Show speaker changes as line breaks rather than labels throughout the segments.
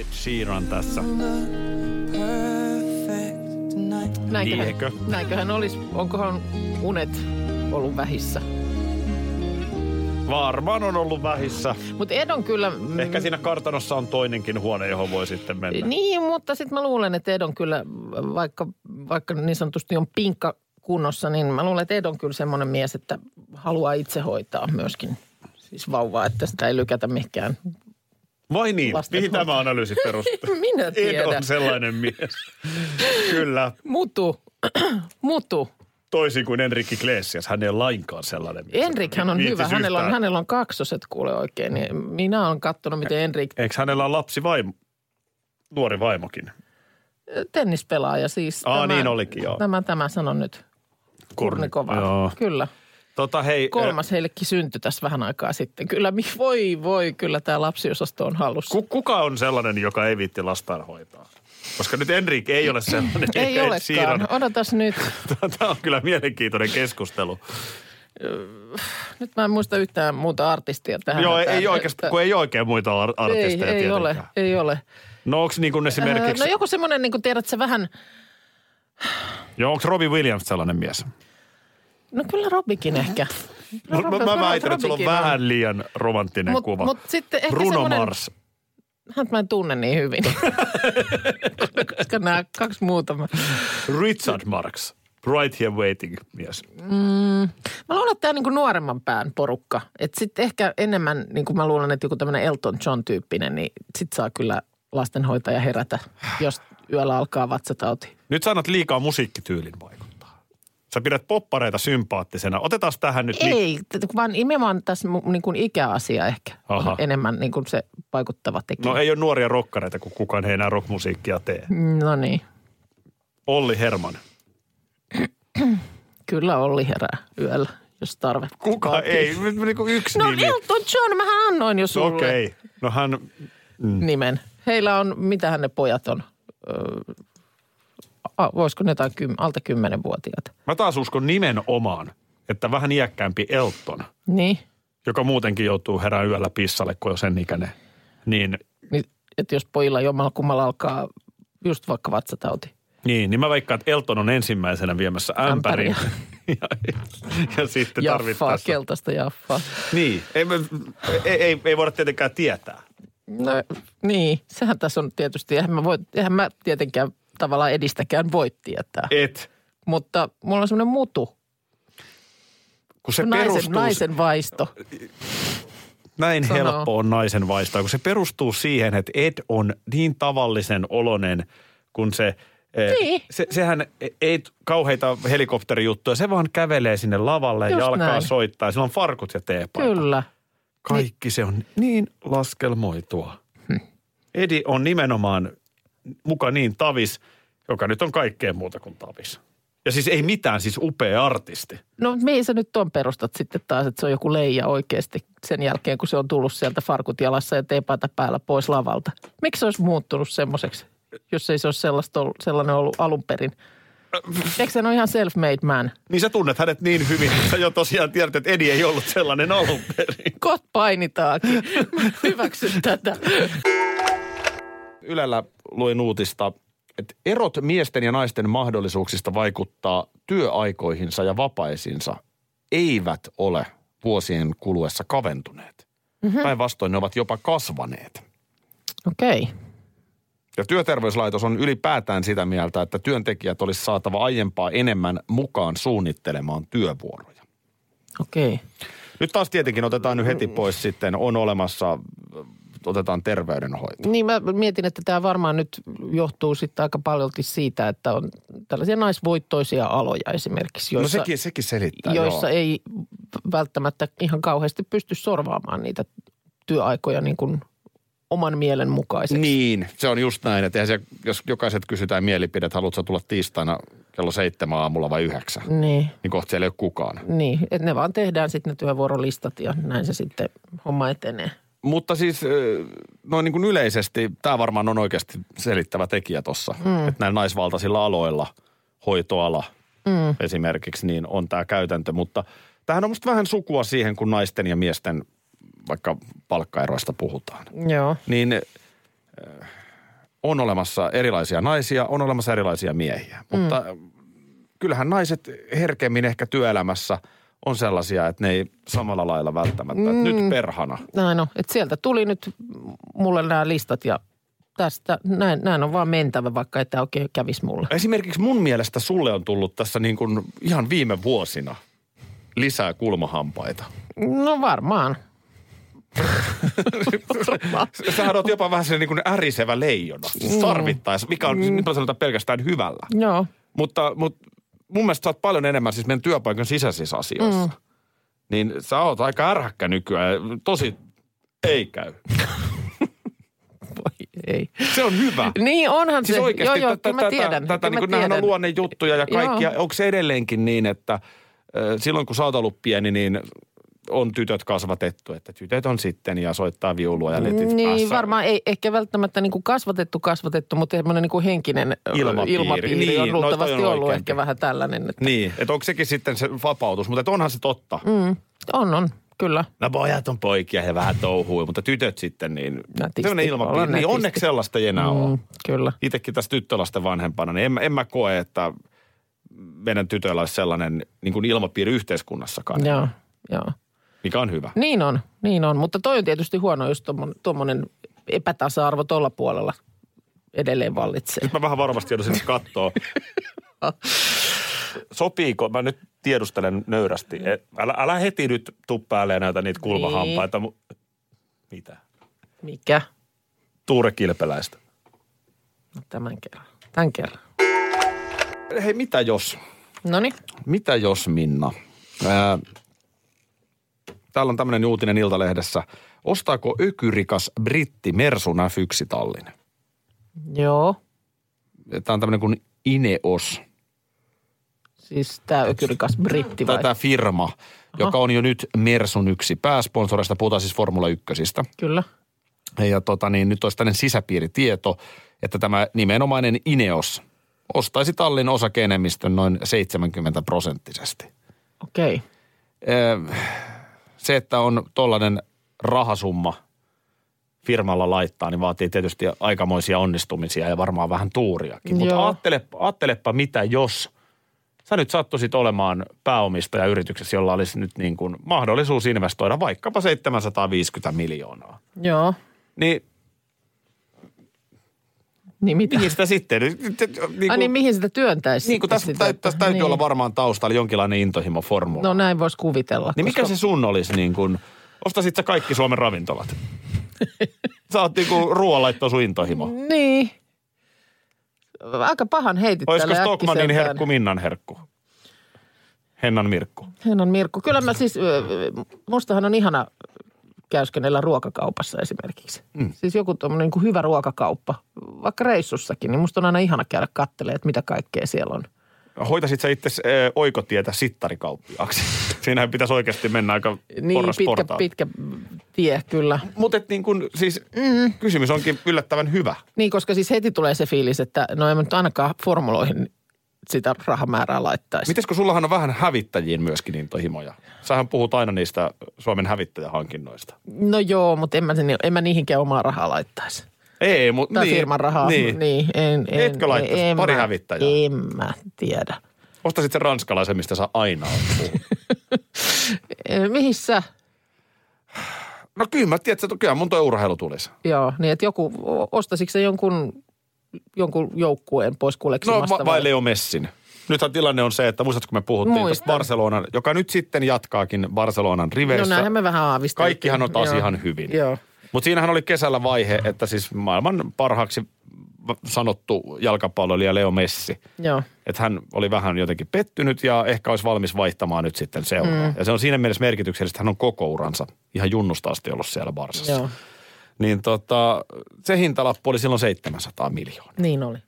Ed Sheeran tässä.
Näinköhän,
Liekö?
näinköhän olisi, onkohan unet ollut vähissä.
Varmaan on ollut vähissä.
Mutta Ed on kyllä... mm,
Ehkä siinä kartanossa on toinenkin huone, johon voi sitten mennä.
Niin, mutta sitten mä luulen, että Ed on kyllä, vaikka, vaikka niin sanotusti on pinkka kunnossa, niin mä luulen, että Ed on kyllä semmoinen mies, että haluaa itse hoitaa myöskin siis vauvaa, että sitä ei lykätä mihinkään.
Vai niin?
Lasten
Mihin tämä analyysi perustuu?
Minä
Ed
tiedän.
on sellainen mies. Kyllä,
Mutu. Mutu.
toisin kuin Enrik Iglesias. Hän ei ole lainkaan sellainen mies.
Enrik, hän on
Mietis
hyvä. Hänellä on,
yhtään.
hänellä on kaksoset kuule oikein. Niin Minä olen katsonut, miten Enrik,
Eikö hänellä ole lapsi vaimo? Nuori vaimokin.
tennispelaaja siis.
Aa, niin olikin, joo.
Tämä, tämä sanon nyt. Kurnikova.
Joo.
Kyllä.
Tota hei,
Kolmas heillekin syntyi tässä vähän aikaa sitten. Kyllä, mi- voi voi, kyllä tämä lapsiosasto on halussa.
Ku, kuka on sellainen, joka ei viitti lastaan hoitaa? Koska nyt Enrik ei ole sellainen.
ei
eikä Ed Sheeran.
olekaan. Odotas nyt.
Tämä on kyllä mielenkiintoinen keskustelu.
Nyt mä en muista yhtään muuta artistia tähän.
Joo, ei,
hätään.
ei oikeastaan, kun ei oikein muita ar- artisteja
Äh, ei, ei
tietenkään.
ole, ei ole.
No onko niin kuin esimerkiksi,
Öö, No joku semmoinen, niin kuin tiedät sä vähän,
joo, onko Robbie Williams sellainen mies?
no kyllä Robikin ehkä.
No, mä,
Rob-
mä
Rob-
väitän, että sulla on
Robikin
vähän liian romanttinen
Mut-
kuva.
mut sitten ehkä
Bruno
semmonen-
Mars.
Häntä mä en tunne niin hyvin. Koska nämä kaksi muutama.
Richard Marx. Right here waiting mies.
Mä luulen, että tämä on niin nuoremman pään porukka. Että sitten ehkä enemmän, niin kuin mä luulen, että joku tämmöinen Elton John-tyyppinen, niin sit saa kyllä lastenhoitaja herätä, jos yöllä alkaa vatsatauti.
Nyt sä annat liikaa musiikkityylin vaikuttaa. Sä pidät poppareita sympaattisena. Otetaan tähän nyt... li-
Ei, Niin t- t- vaan nimenomaan tässä mu- niin kuin ikäasia ehkä Aha.
Aha.
on enemmän niin kuin se vaikuttava tekijä.
No ei ole nuoria rokkareita, kun kukaan ei enää rockmusiikkia tee.
no niin,
Olli Herman.
kyllä Olli herää yöllä, jos tarve.
Kuka
vaatii.
ei? Nyt niin kuin yksi
No
nimi.
Elton John, mähän annoin jo sulle
Okei. Okay. No hän...
nimen. Heillä on, mitähän ne pojat on? Öö, a- voisiko ne jotain kym, alta kymmenenvuotiaita?
Mä taas uskon nimenomaan, että vähän iäkkäämpi Elton,
Niin.
joka muutenkin joutuu herään yöllä pissalle, kun on sen ikäinen, niin,
niin että jos pojilla jommalla kummalla alkaa just vaikka vatsatauti.
niin, niin mä veikkaan, että Elton on ensimmäisenä viemässä ämpärin. ja, ja sitten
Jaffaa,
tarvittaessa.
keltaista jaffaa.
Niin, ei, me- ei, ei, ei voida tietenkään tietää.
No niin, sehän tässä on tietysti, eihän mä, voi, eihän mä tietenkään tavallaan edistäkään voi tietää.
Et,
Mutta mulla on semmoinen mutu,
kun se
naisen,
perustuu...
naisen vaisto.
Näin
sanoo.
helppo on naisen vaistaa, kun se perustuu siihen, että Ed on niin tavallisen olonen, kun se... eh,
Niin.
Se, sehän ei t- kauheita helikopterijuttuja, se vaan kävelee sinne lavalle
Just
ja alkaa
näin.
soittaa. Sillä on farkut ja teepaita.
Kyllä.
Kaikki se on niin laskelmoitua.
Hm.
Edi on nimenomaan muka niin tavis, joka nyt on kaikkea muuta kuin tavis. Ja siis ei mitään, siis upea artisti.
No mihin sä nyt ton perustat sitten taas, että se on joku leija oikeasti sen jälkeen, kun se on tullut sieltä farkut jalassa ja teepaita päällä pois lavalta. Miksi se olisi muuttunut semmoiseksi, jos ei se olisi sellaista ollut, sellainen ollut alun perin? Eikö se ole ihan self-made man?
Niin sä tunnet hänet niin hyvin, että sä jo tosiaan tiedät, että Edi ei ollut sellainen alun perin.
Kot painitaakin. Mä Hyväksyn tätä.
Ylellä luin uutista, että erot miesten ja naisten mahdollisuuksista vaikuttaa työaikoihinsa ja vapaisiinsa eivät ole vuosien kuluessa kaventuneet.
Mhm.
Mm-hmm. Päinvastoin ne ovat jopa kasvaneet.
Okei. Okay.
Ja työterveyslaitos on ylipäätään sitä mieltä, että työntekijät olisi saatava aiempaa enemmän mukaan suunnittelemaan työvuoroja.
Okei. Okay.
Nyt taas tietenkin otetaan nyt heti pois sitten, on olemassa, otetaan terveydenhoito.
Niin mä mietin, että tämä varmaan nyt johtuu sitten aika paljolti siitä, että on tällaisia naisvoittoisia aloja esimerkiksi, joissa,
no sekin, sekin selittää,
joissa
joo.
ei välttämättä ihan kauheasti pysty sorvaamaan niitä työaikoja niin kuin oman mielen mukaiseksi.
Niin, se on just näin, että eihän se, jos jokaiset kysytään mielipidet, haluatko tulla tiistaina kello seitsemän aamulla vai yhdeksän,
Niin.
niin kohta siellä ei ole kukaan.
Niin, että ne vaan tehdään sitten ne työvuorolistat ja näin se sitten homma etenee.
Mutta siis ö, noin niin kuin yleisesti, tämä varmaan on oikeasti selittävä tekijä tuossa, mm. että näillä naisvaltaisilla aloilla, hoitoala mm. esimerkiksi, niin on tämä käytäntö. Mutta tämähän on musta vähän sukua siihen, kun naisten ja miesten vaikka palkkaeroista puhutaan.
Joo.
Niin ö, on olemassa erilaisia naisia, on olemassa erilaisia miehiä. Mutta äh, kyllähän naiset herkemmin ehkä työelämässä on sellaisia, että ne ei samalla lailla välttämättä, mm. nyt perhana.
Näin on. Et sieltä tuli nyt mulle nämä listat ja tästä, näin, näin on vaan mentävä, vaikka ei tämä oikein kävisi mulle.
Esimerkiksi mun mielestä sulle on tullut tässä niin kuin ihan viime vuosina lisää kulmahampaita.
No varmaan.
Sähän oot jopa vähän sellainen niin kuin ärisevä leijona, siis tarvittaessa, mikä on, nyt mä sanon tämän pelkästään hyvällä.
Joo.
Mutta, mutta mun mielestä sä oot paljon enemmän siis meidän työpaikan sisäisissä asioissa. Mm. Niin sä oot aika ärhäkkä nykyään, ja tosi ei käy.
Voi ei.
Se on hyvä.
Niin onhan
Siis
se.
oikeasti
joo, joo,
tätä,
kyllä mä tiedän.
tätä, niin
kyllä mä
kuin nämä on
tiedän.
luonnejuttuja ja kaikkia.
Joo.
Onko se edelleenkin niin, että ö, silloin kun sä oot ollut pieni, niin on tytöt kasvatettu, että tytöt on sitten ja soittaa viulua ja letit
Niin
päässä.
varmaan ei ehkä välttämättä niin kuin kasvatettu kasvatettu, mutta semmoinen niin kuin henkinen ö,
Ilmapiiri.
ilmapiiri
Niin,
on
no toi
luultavasti
on
ollut
oikeampi.
ehkä vähän tällainen. Että
Niin, että onko sekin sitten se vapautus, mutta et onhan se totta. Mm.
mm, on, on, kyllä.
No pojat on poikia ja vähän touhuu, mutta tytöt sitten niin,
Nätisti,
sellainen
ollaan
ilmapiiri. Niin
nätisti.
onneksi sellaista ei enää mm. ole.
kyllä.
Itsekin tässä tyttölasten vanhempana, niin en, mä- en mä koe, että meidän tytöillä olisi sellainen niin kuin ilmapiiri yhteiskunnassakaan,
Joo, joo.
mikä on hyvä.
Niin on, niin on. Mutta toi on tietysti huono, jos tuommoinen epätasa-arvo tuolla puolella edelleen vallitsee.
Nyt mä vähän varmasti joudun sinne katsoa. Sopiiko? Mä nyt tiedustelen nöyrästi. E- Älä, älä heti nyt tuu päälle ja näytä niitä kulmahampaita. Niin. Mitä?
Mikä?
Tuure Kilpeläistä.
No tämän kerran. Tämän kerran.
Hei, mitä jos?
Noniin.
Mitä jos, Minna? Ää, täällä on tämmöinen uutinen Iltalehdessä. Ostaako ökyrikas britti Mersun F1-tallin?
Joo.
Tämä on tämmöinen kuin Ineos.
Siis tämä ökyrikas britti vai?
Tämä, tämä firma, joka on jo nyt Mersun yksi pääsponsoreista. Puhutaan siis Formula 1.
Kyllä.
Ja tota, niin, nyt olisi tällainen sisäpiiritieto, että tämä nimenomainen Ineos ostaisi tallin osakeenemmistön noin 70 prosenttisesti.
Okei. Okay.
Öö, Se, että on tuollainen rahasumma firmalla laittaa, niin vaatii tietysti aikamoisia onnistumisia ja varmaan vähän tuuriakin. Mutta
Joo.
ajattelepa, ajattelepa mitä jos sä nyt sattuisit olemaan pääomistaja yrityksessä, jolla olisi nyt niin kuin mahdollisuus investoida vaikkapa 750 miljoonaa.
Joo.
Niin
Niin mitä?
Mihin sitä sitten? Nyt- nyt- nyt- Niin
Ai niin,
kuin,
mihin sitä työntäisi?
niin kuin
sitten
tässä,
sitä,
tä,
että-
tässä täytyy
niin.
olla varmaan taustalla jonkinlainen intohimo formula.
No näin voisi kuvitella.
niin mikä se sun olisi niin kuin, ostasit sä kaikki Suomen ravintolat? sä oot niin kuin ruoanlaitto sun intohimo.
Niin. Aika pahan heitit
Olisiko
tälle
Stockmannin
äkkiseltään.
herkku Minnan herkku? Hennan Mirkku.
Hennan Mirkku. Kyllä mä siis, ö, ö, mustahan on ihana käyskennellä ruokakaupassa esimerkiksi. Mm. Siis joku tuommoinen niin hyvä ruokakauppa, vaikka reissussakin, niin musta on aina ihana käydä kattelemaan, että mitä kaikkea siellä on.
Hoitasit sä itse eh, oikotietä sittarikauppiaaksi? Siinähän pitäisi oikeasti mennä aika
Niin
porras
pitkä,
portaalta.
pitkä tie kyllä.
Mutta niin kuin, siis mm.
Mm-hmm.
kysymys onkin yllättävän hyvä.
Niin, koska siis heti tulee se fiilis, että no en mä nyt ainakaan formuloihin sitä rahamäärää laittaisi.
Mites kun sullahan on vähän hävittäjiin myöskin intohimoja? Sähän puhut aina niistä Suomen hävittäjähankinnoista.
No joo, mutta en mä, sen, en mä niihinkään omaa rahaa laittaisi.
Ei, mutta...
Tai niin, firman rahaa.
Niin. niin.
niin en, en,
Etkö laittaisi?
en
Pari
mä-
hävittäjää.
En mä tiedä.
Ostasit sen ranskalaisen, mistä sä aina oot puhunut.
Eh, Mihissä?
No kyllä mä tiedän, että kyllä mun toi urheilu tulisi.
Joo, niin että joku, ostasitko se jonkun, jonkun joukkueen pois
No
kuleksimasta?
va- vai Leo Messin. Nythän tilanne on se, että muistatko me puhuttiin tuosta
Muistan.
Barcelonan, joka nyt sitten jatkaakin Barcelonan
No
riveissä.
näinhän me vähän aavisteltiin.
Kaikkihan on taas
Joo.
ihan hyvin.
Joo.
Mutta siinähän oli kesällä vaihe, että siis maailman parhaaksi sanottu jalkapalloilija Leo Messi –
Joo,
että hän oli vähän jotenkin pettynyt ja ehkä olisi valmis vaihtamaan nyt sitten seuraa. Mm. Ja se on siinä mielessä merkityksellistä, että hän on koko uransa ihan junnusta asti ollut siellä Barsassa.
joo.
niin tota, se hintalappu oli silloin 700 miljoonaa.
Niin oli.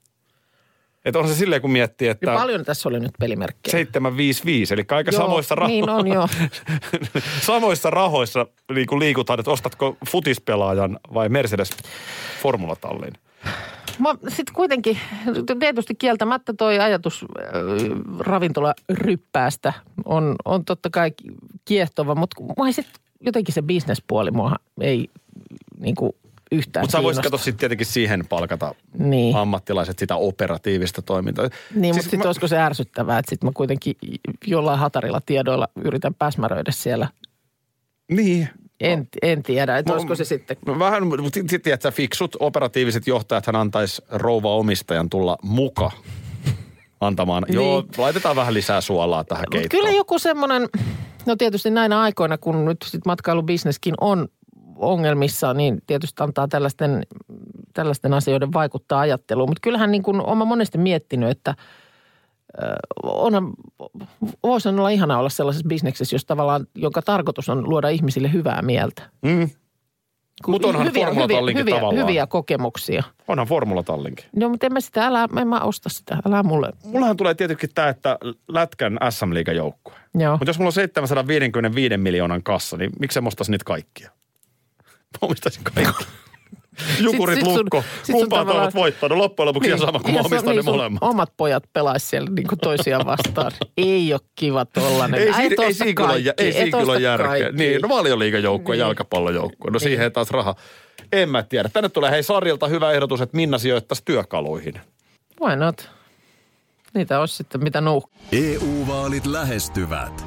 Että on se silleen, kun miettii,
Ja
että
paljon tässä oli nyt pelimerkkejä.
755, eli aika
Joo,
samoissa, raho-
Niin on joo.
samoissa rahoissa niin kuin liikutaan, että ostatko futispelaajan vai Mercedes formulatallin.
Mä sitten kuitenkin, tietysti kieltämättä toi ajatus äh, ravintolaryppäästä on, on totta kai kiehtova, mutta mua ei sit, jotenkin se bisnespuoli mua ei niin kuin yhtään
Mutta sä voisit
kiinnosta.
katsoa sitten tietenkin siihen palkata
Niin.
ammattilaiset sitä operatiivista toimintaa.
Niin, siis mutta sitten
mä-
olisiko se ärsyttävää, että sitten mä kuitenkin jollain hatarilla tiedoilla yritän päsmäröidä siellä.
Niin.
En, en tiedä, että
Mä-
olisiko se sitten.
No Vähän, mutta sitten tiedätkö, fiksut operatiiviset johtajat hän antaisi rouva omistajan tulla muka antamaan. Niin. Joo, laitetaan vähän lisää suolaa tähän
Mut
keittoon.
kyllä joku semmoinen, no tietysti näinä aikoina, kun nyt sit matkailubisneskin on ongelmissa, niin tietysti antaa tällaisten, tällaisten asioiden vaikuttaa ajatteluun. Mutta kyllähän niin kuin, olen monesti miettinyt, että ö, onhan, voisihan olla ihana olla sellaisessa bisneksessä, jos tavallaan, jonka tarkoitus on luoda ihmisille hyvää mieltä.
Mm.
Kun
Mut onhan formulatallinkin
hyviä,
tavallaan.
hyviä kokemuksia.
Onhan formulatallinkin.
No, mutta en mä sitä, älä, en mä osta sitä, älä mulle.
Mullahan tulee tietenkin tämä, että lätkän SM Liigan joukkue.
Joo.
Mutta jos mulla on 755 miljoonan kassa, niin miksi mä ostaisin niitä kaikkia? Mä omistaisin kaikki. Jukurit,
Sit- sit sun-
lukko,
sit sun
kumpaan
tavallaan-
tavallaan... voittanut. Loppujen lopuksi niin. sama, kun mä
Ja se-
omistan ne
sun
molemmat.
Omat pojat pelaisi siellä niin kuin toisiaan vastaan. ei ole kiva tollanen.
Ei,
Ai, et
siinä, ei
osta
siinä kyllä, ole jä- ei
Niin, kaikki,
siinä
et
kyllä ole
osta
järkeä.
kaikki.
Niin, no valioliigajoukkue, niin. jalkapallojoukkue. No siihen taas raha. En mä tiedä. Tänne tulee hei Sarilta hyvä ehdotus, että Minna sijoittaisi työkaluihin.
Why not? Niitä olisi sitten mitä nuuh.
EU-vaalit E lähestyvät.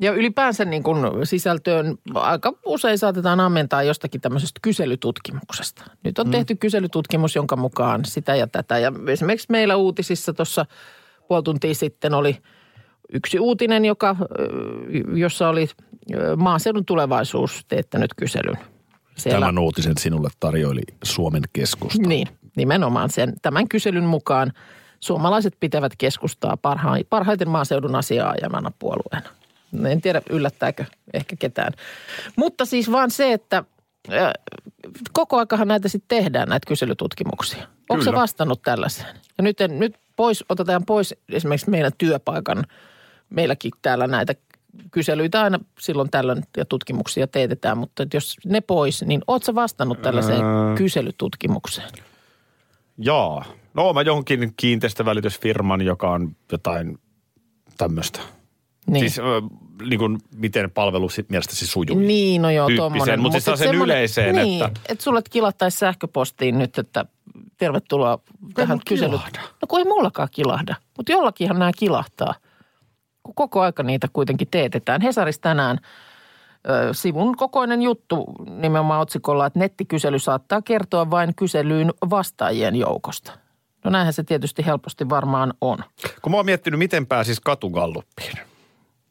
ja ylipäänsä niin kuin sisältöön aika usein saatetaan ammentaa jostakin tämmöisestä kyselytutkimuksesta. Nyt on mm. tehty kyselytutkimus, jonka mukaan sitä ja tätä. Ja esimerkiksi meillä uutisissa tuossa puoli tuntia sitten oli yksi uutinen, joka, ö, jossa oli ö, maaseudun tulevaisuus teettänyt kyselyn. Siellä,
Tämän uutisen sinulle tarjoili Suomen keskusta.
Niin, nimenomaan sen. Tämän kyselyn mukaan suomalaiset pitävät keskustaa parha- parhaiten maaseudun asiaa ajamana puolueena. No En tiedä, yllättääkö ehkä ketään. Mutta siis vaan se, että ö, koko aikahan näitä sitten tehdään, näitä kyselytutkimuksia. Onko se vastannut tällaiseen? Ja nyt, en, nyt pois, otetaan pois esimerkiksi meidän työpaikan, meilläkin täällä näitä kyselyitä aina silloin tällöin ja tutkimuksia teetetään, mutta et jos ne pois, niin ootko sä vastannut tällaiseen kyselytutkimukseen?
Jaa. No mä jonkin kiinteistövälitysfirman, joka on jotain tämmöistä.
Niin.
Siis niin kuin, miten palvelu sit mielestäsi sujuu.
Niin, no joo,
tyyppiseen,
tuommoinen.
mutta siis se on sen yleiseen,
niin,
että-
että sulle kilattaisi sähköpostiin nyt, että tervetuloa tähän
mun
kyselyyn.
kilahda.
No kun ei mullakaan kilahda, mutta jollakinhan nämä kilahtaa. Kun koko aika niitä kuitenkin teetetään. Hesaris tänään ö, sivun kokoinen juttu nimenomaan otsikolla, että nettikysely saattaa kertoa vain kyselyyn vastaajien joukosta. No näinhän se tietysti helposti varmaan on.
Kun mä oon miettinyt, miten pääsis katugalluppiin.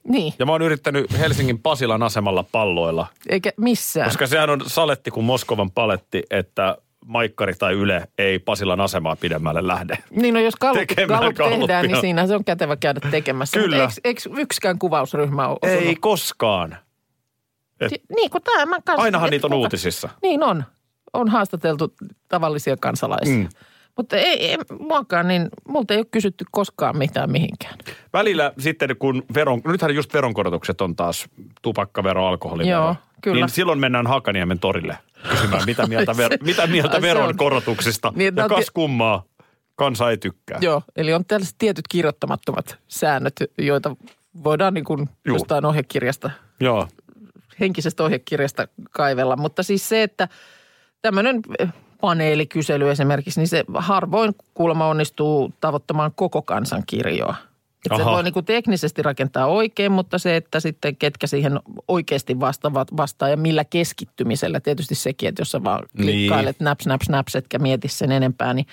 Niin,
Ja mä oon yrittänyt Helsingin Pasilan asemalla palloilla
eikä missään.
Koska sehän on saletti kuin Moskovan paletti, että Maikkari tai Yle ei Pasilan asemaa pidemmälle lähde.
Niin no jos gallup,
tekemään
gallup tehdään,
gallupia.
niin siinä se on kätevä käydä tekemässä.
Kyllä.
Mutta eikö, eikö yksikään kuvausryhmä ole
Ei
osunut?
koskaan.
Si- Niin kuin tämä. Mä kans,
Ainahan
et
niitä on
kuka-
uutisissa.
Niin on. On haastateltu tavallisia kansalaisia. Mm. Mutta ei, ei muakaan, niin multa ei ole kysytty koskaan mitään mihinkään.
Välillä sitten, kun veron, nythän just veronkorotukset on taas tupakkavero, alkoholivero.
Joo, kyllä.
Niin silloin mennään Hakaniemen torille kysymään, mitä mieltä, ver,
se-
mitä mieltä
ai se on-
veronkorotuksista.
Niin, että
ja
on tie-
kas kummaa, kansa ei tykkää.
Joo, eli on tällaiset tietyt kirjoittamattomat säännöt, joita voidaan niin kuin
Juu.
jostain ohjekirjasta
Joo.
henkisestä ohjekirjasta kaivella. Mutta siis se, että tämmöinen paneelikysely esimerkiksi, niin se harvoin kuulemma onnistuu tavoittamaan koko kansan kirjoa. Että se
Aha.
voi niin kuin teknisesti rakentaa oikein, mutta se, että sitten ketkä siihen oikeasti vastaavat, vastaa ja millä keskittymisellä. Tietysti sekin, että jos sä vaan
Niin.
klikkailet naps, naps, naps, etkä mieti sen enempää, niin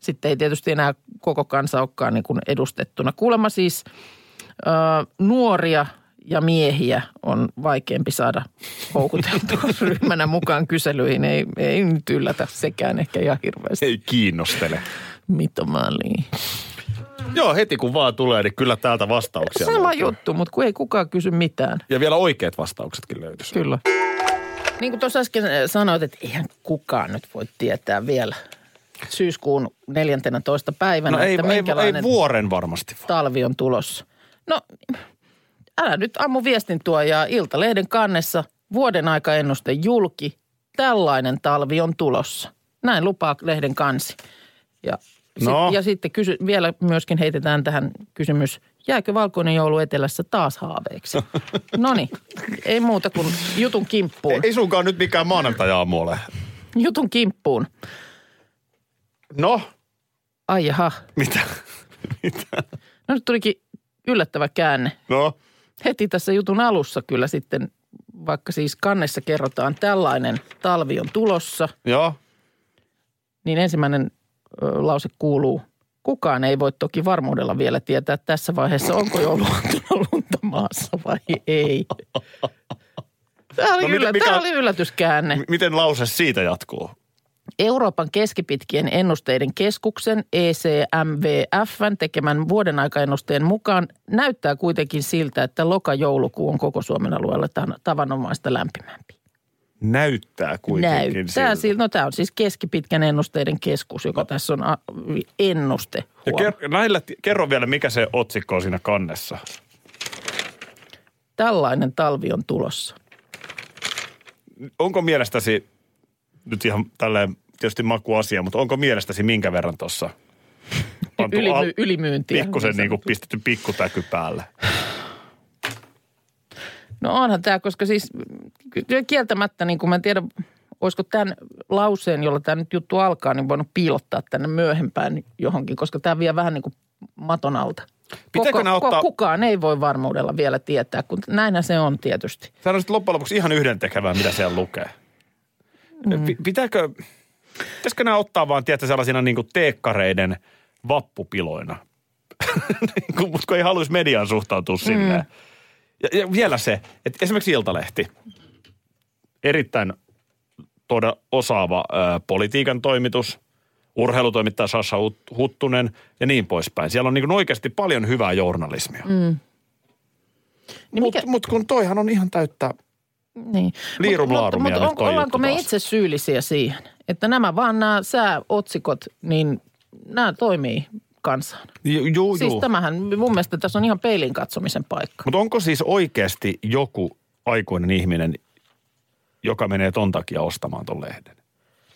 sitten ei tietysti enää koko kansa olekaan niin kuin edustettuna. Kuulemma siis ö, nuoria ja miehiä on vaikeampi saada houkuteltua ryhmänä mukaan kyselyihin. Ei, ei nyt yllätä sekään ehkä ihan hirveästi.
Ei kiinnostele.
Mitomaaliin.
Joo, heti kun vaan tulee, niin kyllä täältä vastauksia.
Sama
löytyy.
juttu, mutta kun ei kukaan kysy mitään.
Ja vielä oikeat vastauksetkin löytyisi.
Kyllä. Niin kuin tuossa äsken äh, sanoit, että eihän kukaan nyt voi tietää vielä syyskuun 14. päivänä,
No ei,
että
ei,
minkälainen
ei vuoren varmasti.
talvi on tulossa. No, älä nyt ammu viestintuojaa Iltalehden kannessa vuoden aikaennuste julki. Tällainen talvi on tulossa. Näin lupaa lehden kansi. Ja,
No.
sit, ja sitten kysy, vielä myöskin heitetään tähän kysymys, jääkö valkoinen joulu etelässä taas haaveeksi? No niin, ei muuta kuin jutun kimppuun.
Ei sunkaan nyt mikään maanantajaamu ole.
Jutun kimppuun.
No,
Ai jaha.
mitä?
No nyt tulikin yllättävä käänne.
No,
heti tässä jutun alussa kyllä sitten, vaikka siis kannessa kerrotaan tällainen talvi on tulossa,
joo.
niin ensimmäinen ö, lause kuuluu, kukaan ei voi toki varmuudella vielä tietää tässä vaiheessa, onko joulu lunta maassa vai ei. Tämä
No
oli, no,
mi- mikä-
yllä, mikä... tämä oli yllätyskäänne.
M- miten lause siitä jatkuu?
Euroopan keskipitkien ennusteiden keskuksen E ECMWFn tekemän vuoden aikaennusteen mukaan näyttää kuitenkin siltä, että loka-joulukuu on koko Suomen alueella tan- tavanomaista lämpimämpi.
Näyttää kuitenkin
Näyttää siltä. No tämä on siis keskipitkän ennusteiden keskus, joka tässä on a- ennuste.
No. Ja
Huom.
ker- näillä, ti- kerro vielä, mikä se otsikko on siinä kannessa.
Tällainen talvi on tulossa.
Onko mielestäsi, nyt ihan tälleen tietysti makuasia, mutta onko mielestäsi minkä verran tuossa pantu
Ylimy-
al-
ylimyyntiä.
pikkusen niin kuin pistetty pikkutäky päälle?
No onhan tämä, koska siis kyllä kieltämättä, niin kuin mä en tiedä, olisiko tämän lauseen, jolla tämä nyt juttu alkaa, niin voinut piilottaa tänne myöhempään johonkin, koska tämä vie vähän niin kuin maton alta.
Pitääkö nää ottaa-
Kukaan ei voi varmuudella vielä tietää, kun näinhän se on tietysti.
Sano sitten loppujen lopuksi ihan yhden tekevää, mitä siellä lukee. Mm. Pitääkö, pitäisikö nämä ottaa vaan, tiedätkö, sellaisina niin kuin teekkareiden vappupiloina? niin Mutta kun ei haluaisi mediaan suhtautua silleen. Ja, ja vielä se, että esimerkiksi Iltalehti, erittäin todella osaava ö, politiikan toimitus, urheilutoimittaja Sasha Hut- Huttunen ja niin poispäin. Siellä on niin kuin oikeasti paljon hyvää journalismia. Mm.
Niin
Mutta
mikä-
mut kun toihan on ihan täyttä
Niin.
Liirun
Mut-
laarumia
mut
nyt
on-
toi juttu
Ollaanko me
taas.
itse syyllisiä siihen, että nämä vaan nämä sääotsikot, niin nämä toimii kansaan.
Joo, joo.
Siis tämähän, mun mielestä tässä on ihan peilin katsomisen paikka.
Mutta onko siis oikeasti joku aikuinen ihminen, joka menee ton takia ostamaan ton lehden?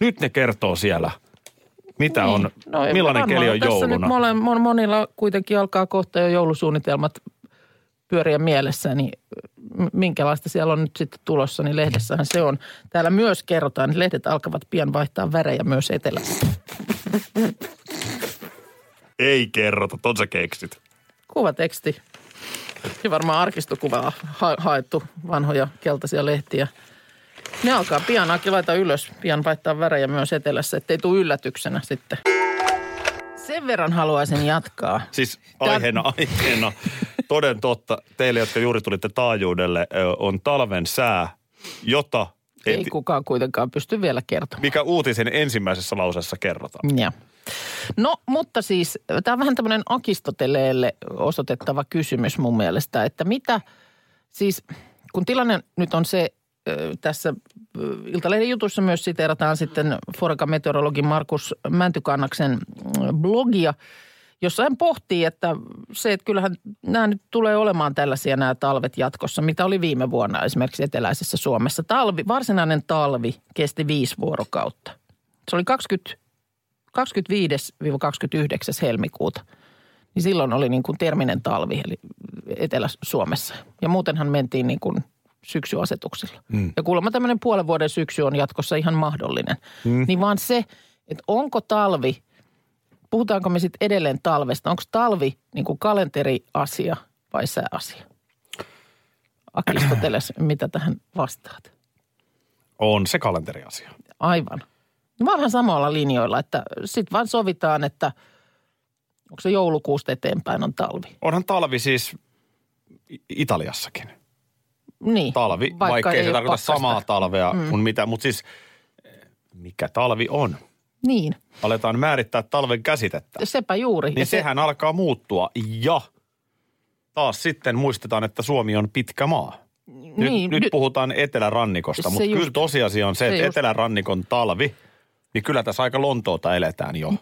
Nyt ne kertoo siellä, mitä niin. on, no,
ei-
millainen
varmaan
keli on
tässä
jouluna.
Nyt mole, mon, monilla kuitenkin alkaa kohta jo joulusuunnitelmat pyöriä mielessä, niin m- minkälaista siellä on nyt sitten tulossa, niin lehdessähän se on. Täällä myös kerrotaan, että lehdet alkavat pian vaihtaa värejä myös etelässä.
Ei kerrota, ton sä keksit.
Kuvateksti ja varmaan arkistokuvaa ha- haettu vanhoja keltaisia lehtiä. Ne alkaa pian, Aki laita ylös, pian vaihtaa värejä myös etelässä, ettei tule yllätyksenä sitten. Sen verran haluaisin jatkaa.
Siis
Tää-
aiheena, aiheena, toden totta, teille, jotka juuri tulitte taajuudelle, ö, on talven sää, jota,
Ei,
ei,
kukaan kuitenkaan pysty vielä kertomaan.
mikä uutisen ensimmäisessä lauseessa kerrotaan.
Ja. No, mutta siis tämä on vähän tämmöinen akistoteleelle osoitettava kysymys mun mielestä, että mitä siis, kun tilanne nyt on se, ö, tässä ö, Iltalehden jutussa myös siteerataan sitten Forekan meteorologi Markus Mäntykannaksen ö, blogia, jossa hän pohtii, että se, että kyllähän nämä nyt tulee olemaan tällaisia nämä talvet jatkossa, mitä oli viime vuonna esimerkiksi eteläisessä Suomessa. Talvi, varsinainen talvi kesti viisi vuorokautta. Se oli 20, 25-29. helmikuuta. Niin silloin oli niin kuin terminen talvi, eli Etelä-Suomessa. Ja muutenhan mentiin niin kuin syksyasetuksilla. Mm. Ja kuulemma tämmöinen puolen vuoden syksy on jatkossa ihan mahdollinen. Mm. Niin vaan se, että onko talvi, puhutaanko me sitten edelleen talvesta, onko talvi niin kuin kalenteriasia vai sääasia? Akistoteles, mitä tähän vastaat?
On se kalenteriasia.
Aivan. No Mä olen samalla linjoilla, että sitten vaan sovitaan, että onko se joulukuusta eteenpäin on talvi.
Onhan talvi siis I- Italiassakin.
Niin.
Talvi, vaikka, vaikka ei se
ole
tarkoita
pakkasta.
samaa talvea mm. kuin mitä, mutta siis eh, mikä talvi on?
Niin,
Aletaan määrittää talven käsitettä.
sepä juuri.
Niin
Ja se-
sehän alkaa muuttua ja taas sitten muistetaan, että Suomi on pitkä maa. Nyt,
Niin,
nyt
nyt-
puhutaan etelärannikosta,
Se
mutta kyllä
just.
tosiasia on se,
Se
että
just.
etelärannikon talvi, niin kyllä tässä aika Lontoota eletään
Mm.
jo.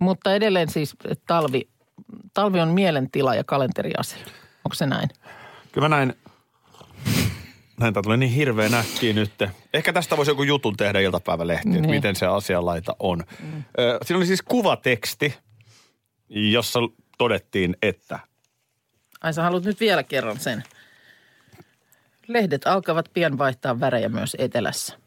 Mutta edelleen siis että talvi, talvi on mielentila ja kalenteriasia. Onko se näin?
Kyllä mä näin, näin tää tulee niin hirveän näkkiä nyt. Ehkä tästä voisi joku jutun tehdä iltapäivälehtiin, niin. että
Niin.
miten se asianlaita on. Mm. Ö, siinä oli siis kuvateksti, jossa todettiin, että
Ai sä haluat nyt vielä kerran sen. Lehdet alkavat pian vaihtaa värejä myös etelässä.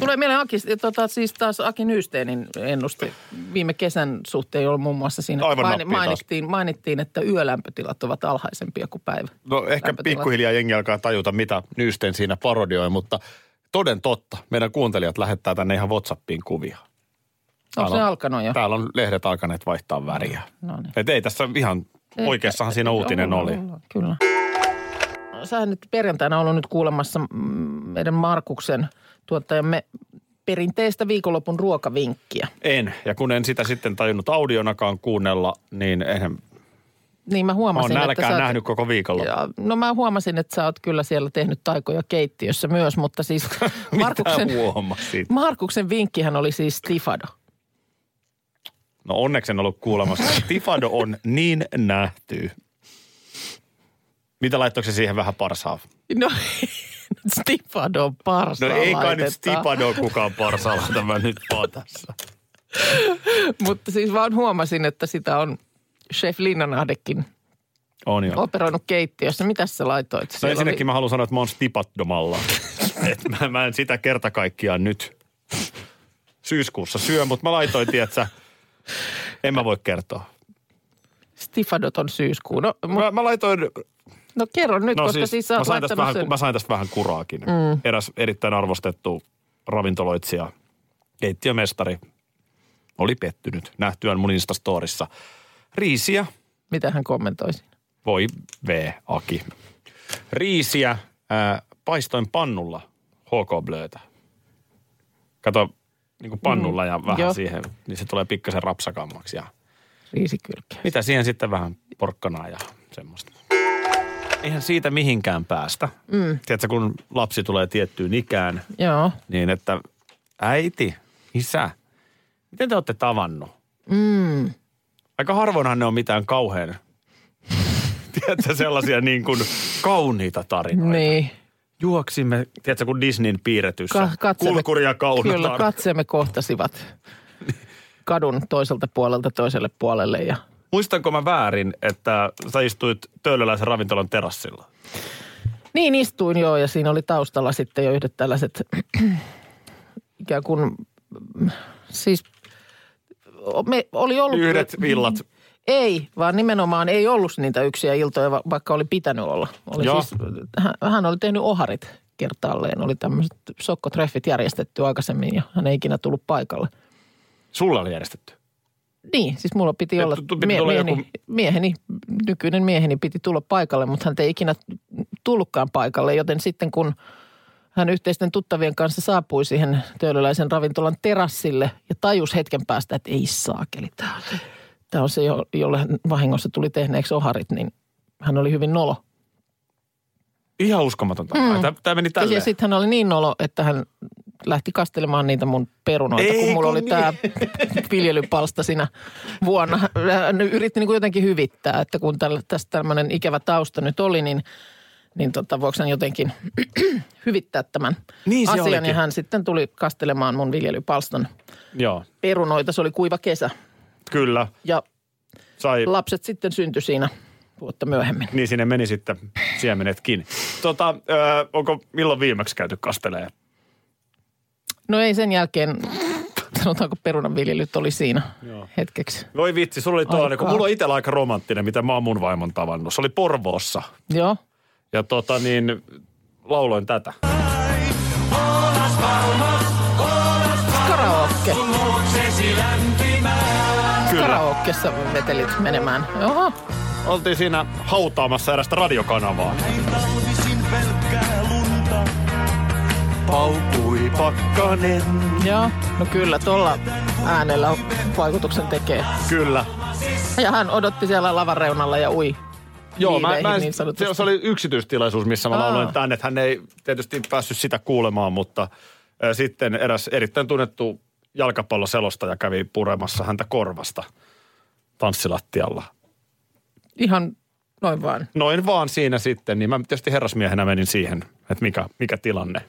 Tulee mieleen Aki, tota, siis taas Aki Nysteenin ennuste viime kesän suhteen, jolla muun muassa siinä
Aivan nappiin taas.
mainittiin, mainittiin, että yölämpötilat ovat alhaisempia kuin päivä.
No ehkä
lämpötilat.
pikkuhiljaa jengi alkaa tajuta, mitä Nyysten siinä parodioi, mutta toden totta. Meidän kuuntelijat lähettää tänne ihan Whatsappiin kuvia.
Onko se
Täällä on-
alkanut jo?
Täällä on lehdet alkaneet vaihtaa väriä.
No niin.
Et ei tässä ihan, oikeassahan siinä uutinen
Joo,
oli.
joo, Kyllä. Sähän nyt perjantaina ollut nyt kuulemassa mm, meidän Markuksen tuottajamme perinteistä viikonlopun ruokavinkkiä.
En, ja kun en sitä sitten tajunnut audionakaan kuunnella, niin enhän,
Niin mä
mä oon
huomasin, että
nälkää
sä oot-
nähnyt koko viikolla.
Ja, no mä huomasin, että sä oot kyllä siellä tehnyt taikoja keittiössä myös, mutta siis Markuksen,
Mitä huomasit?
Markuksen vinkkihän oli siis Stifado.
No onneksi en ollut kuulemassa. Tifado on niin nähty. Mitä laittoiko se siihen vähän parsaa?
No Stifado on parsa
No ei kai nyt
laitetaan.
Stipadoon kukaan parsaa tämä nyt vaan tässä.
Mutta siis vaan huomasin, että sitä on chef Linnanahdekin
On jo.
operoinut keittiössä. Mitäs sä laitoit?
No
Siellä
ensinnäkin
oli-
mä haluan sanoa, että mä oon stipattomalla. Et mä, mä en sitä kerta kaikkiaan nyt syyskuussa syö, mutta mä laitoin, tietsä, en mä voi kertoa.
Stifadot on syyskuun. No, mu-
Mä, mä laitoin,
no kerro nyt,
no
koska siis,
siis,
siis sä
mä,
oot
sain tästä
laittanut
vähän,
sen.
mä sain tästä vähän kuraakin. Mm. Eräs erittäin arvostettu ravintoloitsija, keittiömestari, oli pettynyt nähtyään mun Instastorissa. Riisiä,
Mitä hän kommentoi siinä?
voi V, Aki. Riisiä ää, paistoin pannulla HK Blöötä. Kato, niin kuin pannulla ja vähän
Mm. joo.
siihen, niin se tulee pikkasen rapsakammaksi. Ja
Riisikylkeä.
mitä siihen sitten vähän porkkanaa ja semmoista. Eihän siitä mihinkään päästä. Mm. Tiedätkö, kun lapsi tulee tiettyyn ikään,
Joo.
niin että äiti, isä, miten te olette tavannut? Mm. Aika harvoinhan ne on mitään kauhean, tiedätkö, sellaisia niin kuin kauniita tarinoita.
Niin.
Juoksimme, tiedätkö, kun Disneyn piirretyssä,
Ka- katseemme-
kulkuria kaunatar.
Kyllä, katseemme kohtasivat kadun toiselta puolelta toiselle puolelle ja
Muistanko mä väärin, että sä istuit töölöläisen ravintolan terassilla?
Niin istuin joo ja siinä oli taustalla sitten jo yhdet tällaiset ikään kuin, siis me oli ollut...
Yhdet villat.
Ei, vaan nimenomaan ei ollut niitä yksiä iltoja, va- vaikka oli pitänyt olla. Oli
Joo.
siis, hän, hän oli tehnyt oharit kertaalleen, oli tämmöiset sokkotreffit järjestetty aikaisemmin ja hän ei ikinä tullut paikalle.
Sulla oli järjestetty.
Niin, siis mulla piti
Ja
olla,
tu- tu- piti
mie-
tulla
mieheni,
joku-
mieheni, nykyinen mieheni piti tulla paikalle, mutta hän ei ikinä tullutkaan paikalle. Joten sitten kun hän yhteisten tuttavien kanssa saapui siihen töölöläisen ravintolan terassille ja tajus hetken päästä, että ei saakeli, tämä on se, tämä on se jo- jolle hän vahingossa tuli tehneeksi oharit, niin hän oli hyvin nolo.
Ihan uskomatonta. Mm. Tämä, tämä meni
Ja
tälleen.
sitten hän oli niin nolo, että hän lähti kastelemaan niitä mun perunoita,
Ei,
kun mulla
kun
oli
niin.
tämä viljelypalsta siinä vuonna. Hän yritti niin kuin jotenkin hyvittää, että kun tällä, tässä tämmöinen ikävä tausta nyt oli, niin, niin tota, voiko hän jotenkin hyvittää tämän
Niin se
asian. Ja
olikin.
hän sitten tuli kastelemaan mun viljelypalstan
Joo,
perunoita. Se oli kuiva kesä
kyllä.
ja
Sai,
lapset sitten syntyi siinä vuotta myöhemmin.
niin sinne meni sitten siemenetkin. Tota, ö, onko milloin viimeksi käyty kasteleen?
No ei sen jälkeen, sanotaanko perunanviljelyt oli siinä hetkeksi.
Voi vitsi, sulla oli tuollainen, kun
Aikaa.
mulla on itsellä aika romanttinen, mitä mä oon mun vaimon tavannut. Se oli Porvoossa.
Joo.
Ja tota niin, lauloin tätä.
Karaoke.
Kyllä.
Karaokessa vetelit menemään. Oho.
Oltiin siinä hautaamassa erästä radiokanavaa. Paukui pakkanen.
Joo. No kyllä, tuolla äänellä vaikutuksen tekee.
Kyllä.
Ja hän odotti siellä lavan reunalla ja ui.
Joo, mä,
viiveihin
mä en,
niin sanotusti.
se, se oli yksityistilaisuus, missä mä
Aa.
lauloin tämän, että hän ei tietysti päässyt sitä kuulemaan, mutta äh, sitten eräs erittäin tunnettu jalkapalloselostaja kävi puremassa häntä korvasta tanssilattialla.
Ihan noin vaan.
Noin vaan siinä sitten, niin mä tietysti herrasmiehenä menin siihen, että mikä, mikä tilanne.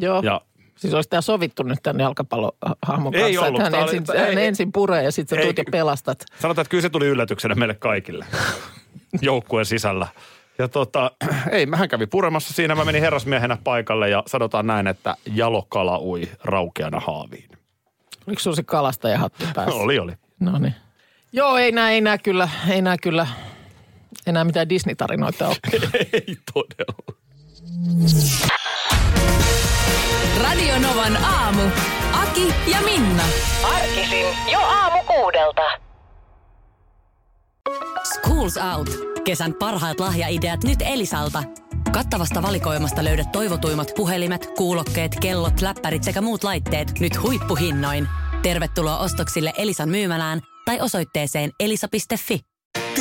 Joo.
Ja
Siis olisi tämä sovittu nyt tämän jalkapallohahmon
Ei
kanssa, että
ollut.
hän,
Tää oli-
ensin,
ei-
hän
ei-
ensin puree ja sitten sä
ei-
tuut ja pelastat.
Sanotaan, että kyllä se tuli yllätyksenä meille kaikille joukkueen sisällä. Ja tota, ei, mähän kävi puremassa siinä. Mä menin herrasmiehenä paikalle ja sanotaan näin, että jalokala ui raukeana haaviin.
Oliko sulla se kalastajahattu päässä?
Oli, oli.
No niin. Joo, ei nää, ei nää kyllä, ei nää kyllä enää mitään Disney-tarinoita ole.
Ei todella.
Radio Novan aamu. Aki ja Minna.
Arkisin jo aamu kuudelta.
Schools Out. Kesän parhaat lahjaideat nyt Elisalta. Kattavasta valikoimasta löydät toivotuimmat puhelimet, kuulokkeet, kellot, läppärit sekä muut laitteet nyt huippuhinnoin. Tervetuloa ostoksille Elisan myymälään tai osoitteeseen elisa.fi.